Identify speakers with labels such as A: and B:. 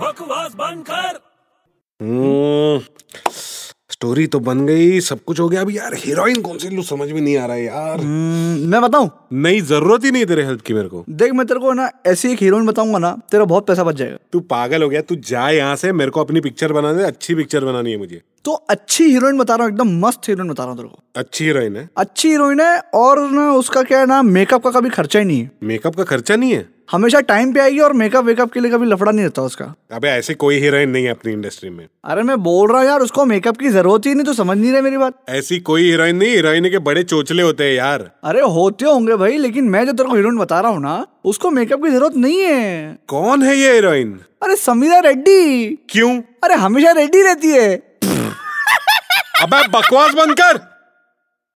A: बकवास बंद कर
B: स्टोरी हम्म। तो बन गई सब कुछ हो गया अभी यार हीरोइन कौन सी लू समझ में नहीं आ रहा है यार
C: हम्म, मैं बताऊं
B: नहीं जरूरत ही नहीं तेरे हेल्प की मेरे को
C: देख मैं तेरे को ना ऐसी एक हीरोइन बताऊंगा ना तेरा बहुत पैसा बच जाएगा
B: तू पागल हो गया तू जा यहाँ से मेरे को अपनी पिक्चर बना दे अच्छी पिक्चर बनानी है मुझे
C: तो अच्छी हीरोइन बता रहा हूँ एकदम मस्त हीरोइन बता रहा हूँ तेरे को
B: अच्छी हीरोइन है
C: अच्छी हीरोइन है और ना उसका क्या है ना मेकअप का कभी खर्चा ही नहीं है
B: मेकअप का खर्चा नहीं है
C: हमेशा टाइम पे आएगी और मेकअप वेकअप के लिए कभी लफड़ा नहीं रहता उसका
B: अबे ऐसी कोई हीरोइन नहीं है अपनी इंडस्ट्री में
C: अरे मैं बोल रहा हूँ यार उसको मेकअप की जरूरत ही नहीं तो समझ नहीं रहा मेरी बात
B: ऐसी कोई हीरोइन नहीं हीरोइन के बड़े चोचले होते हैं यार
C: अरे होते होंगे भाई लेकिन मैं जो तेरे को हीरोइन बता रहा हूँ ना उसको मेकअप की जरूरत नहीं है
B: कौन है ये हीरोइन
C: अरे समीरा रेड्डी
B: क्यों
C: अरे हमेशा रेडी रहती है
B: अबे बकवास बंद कर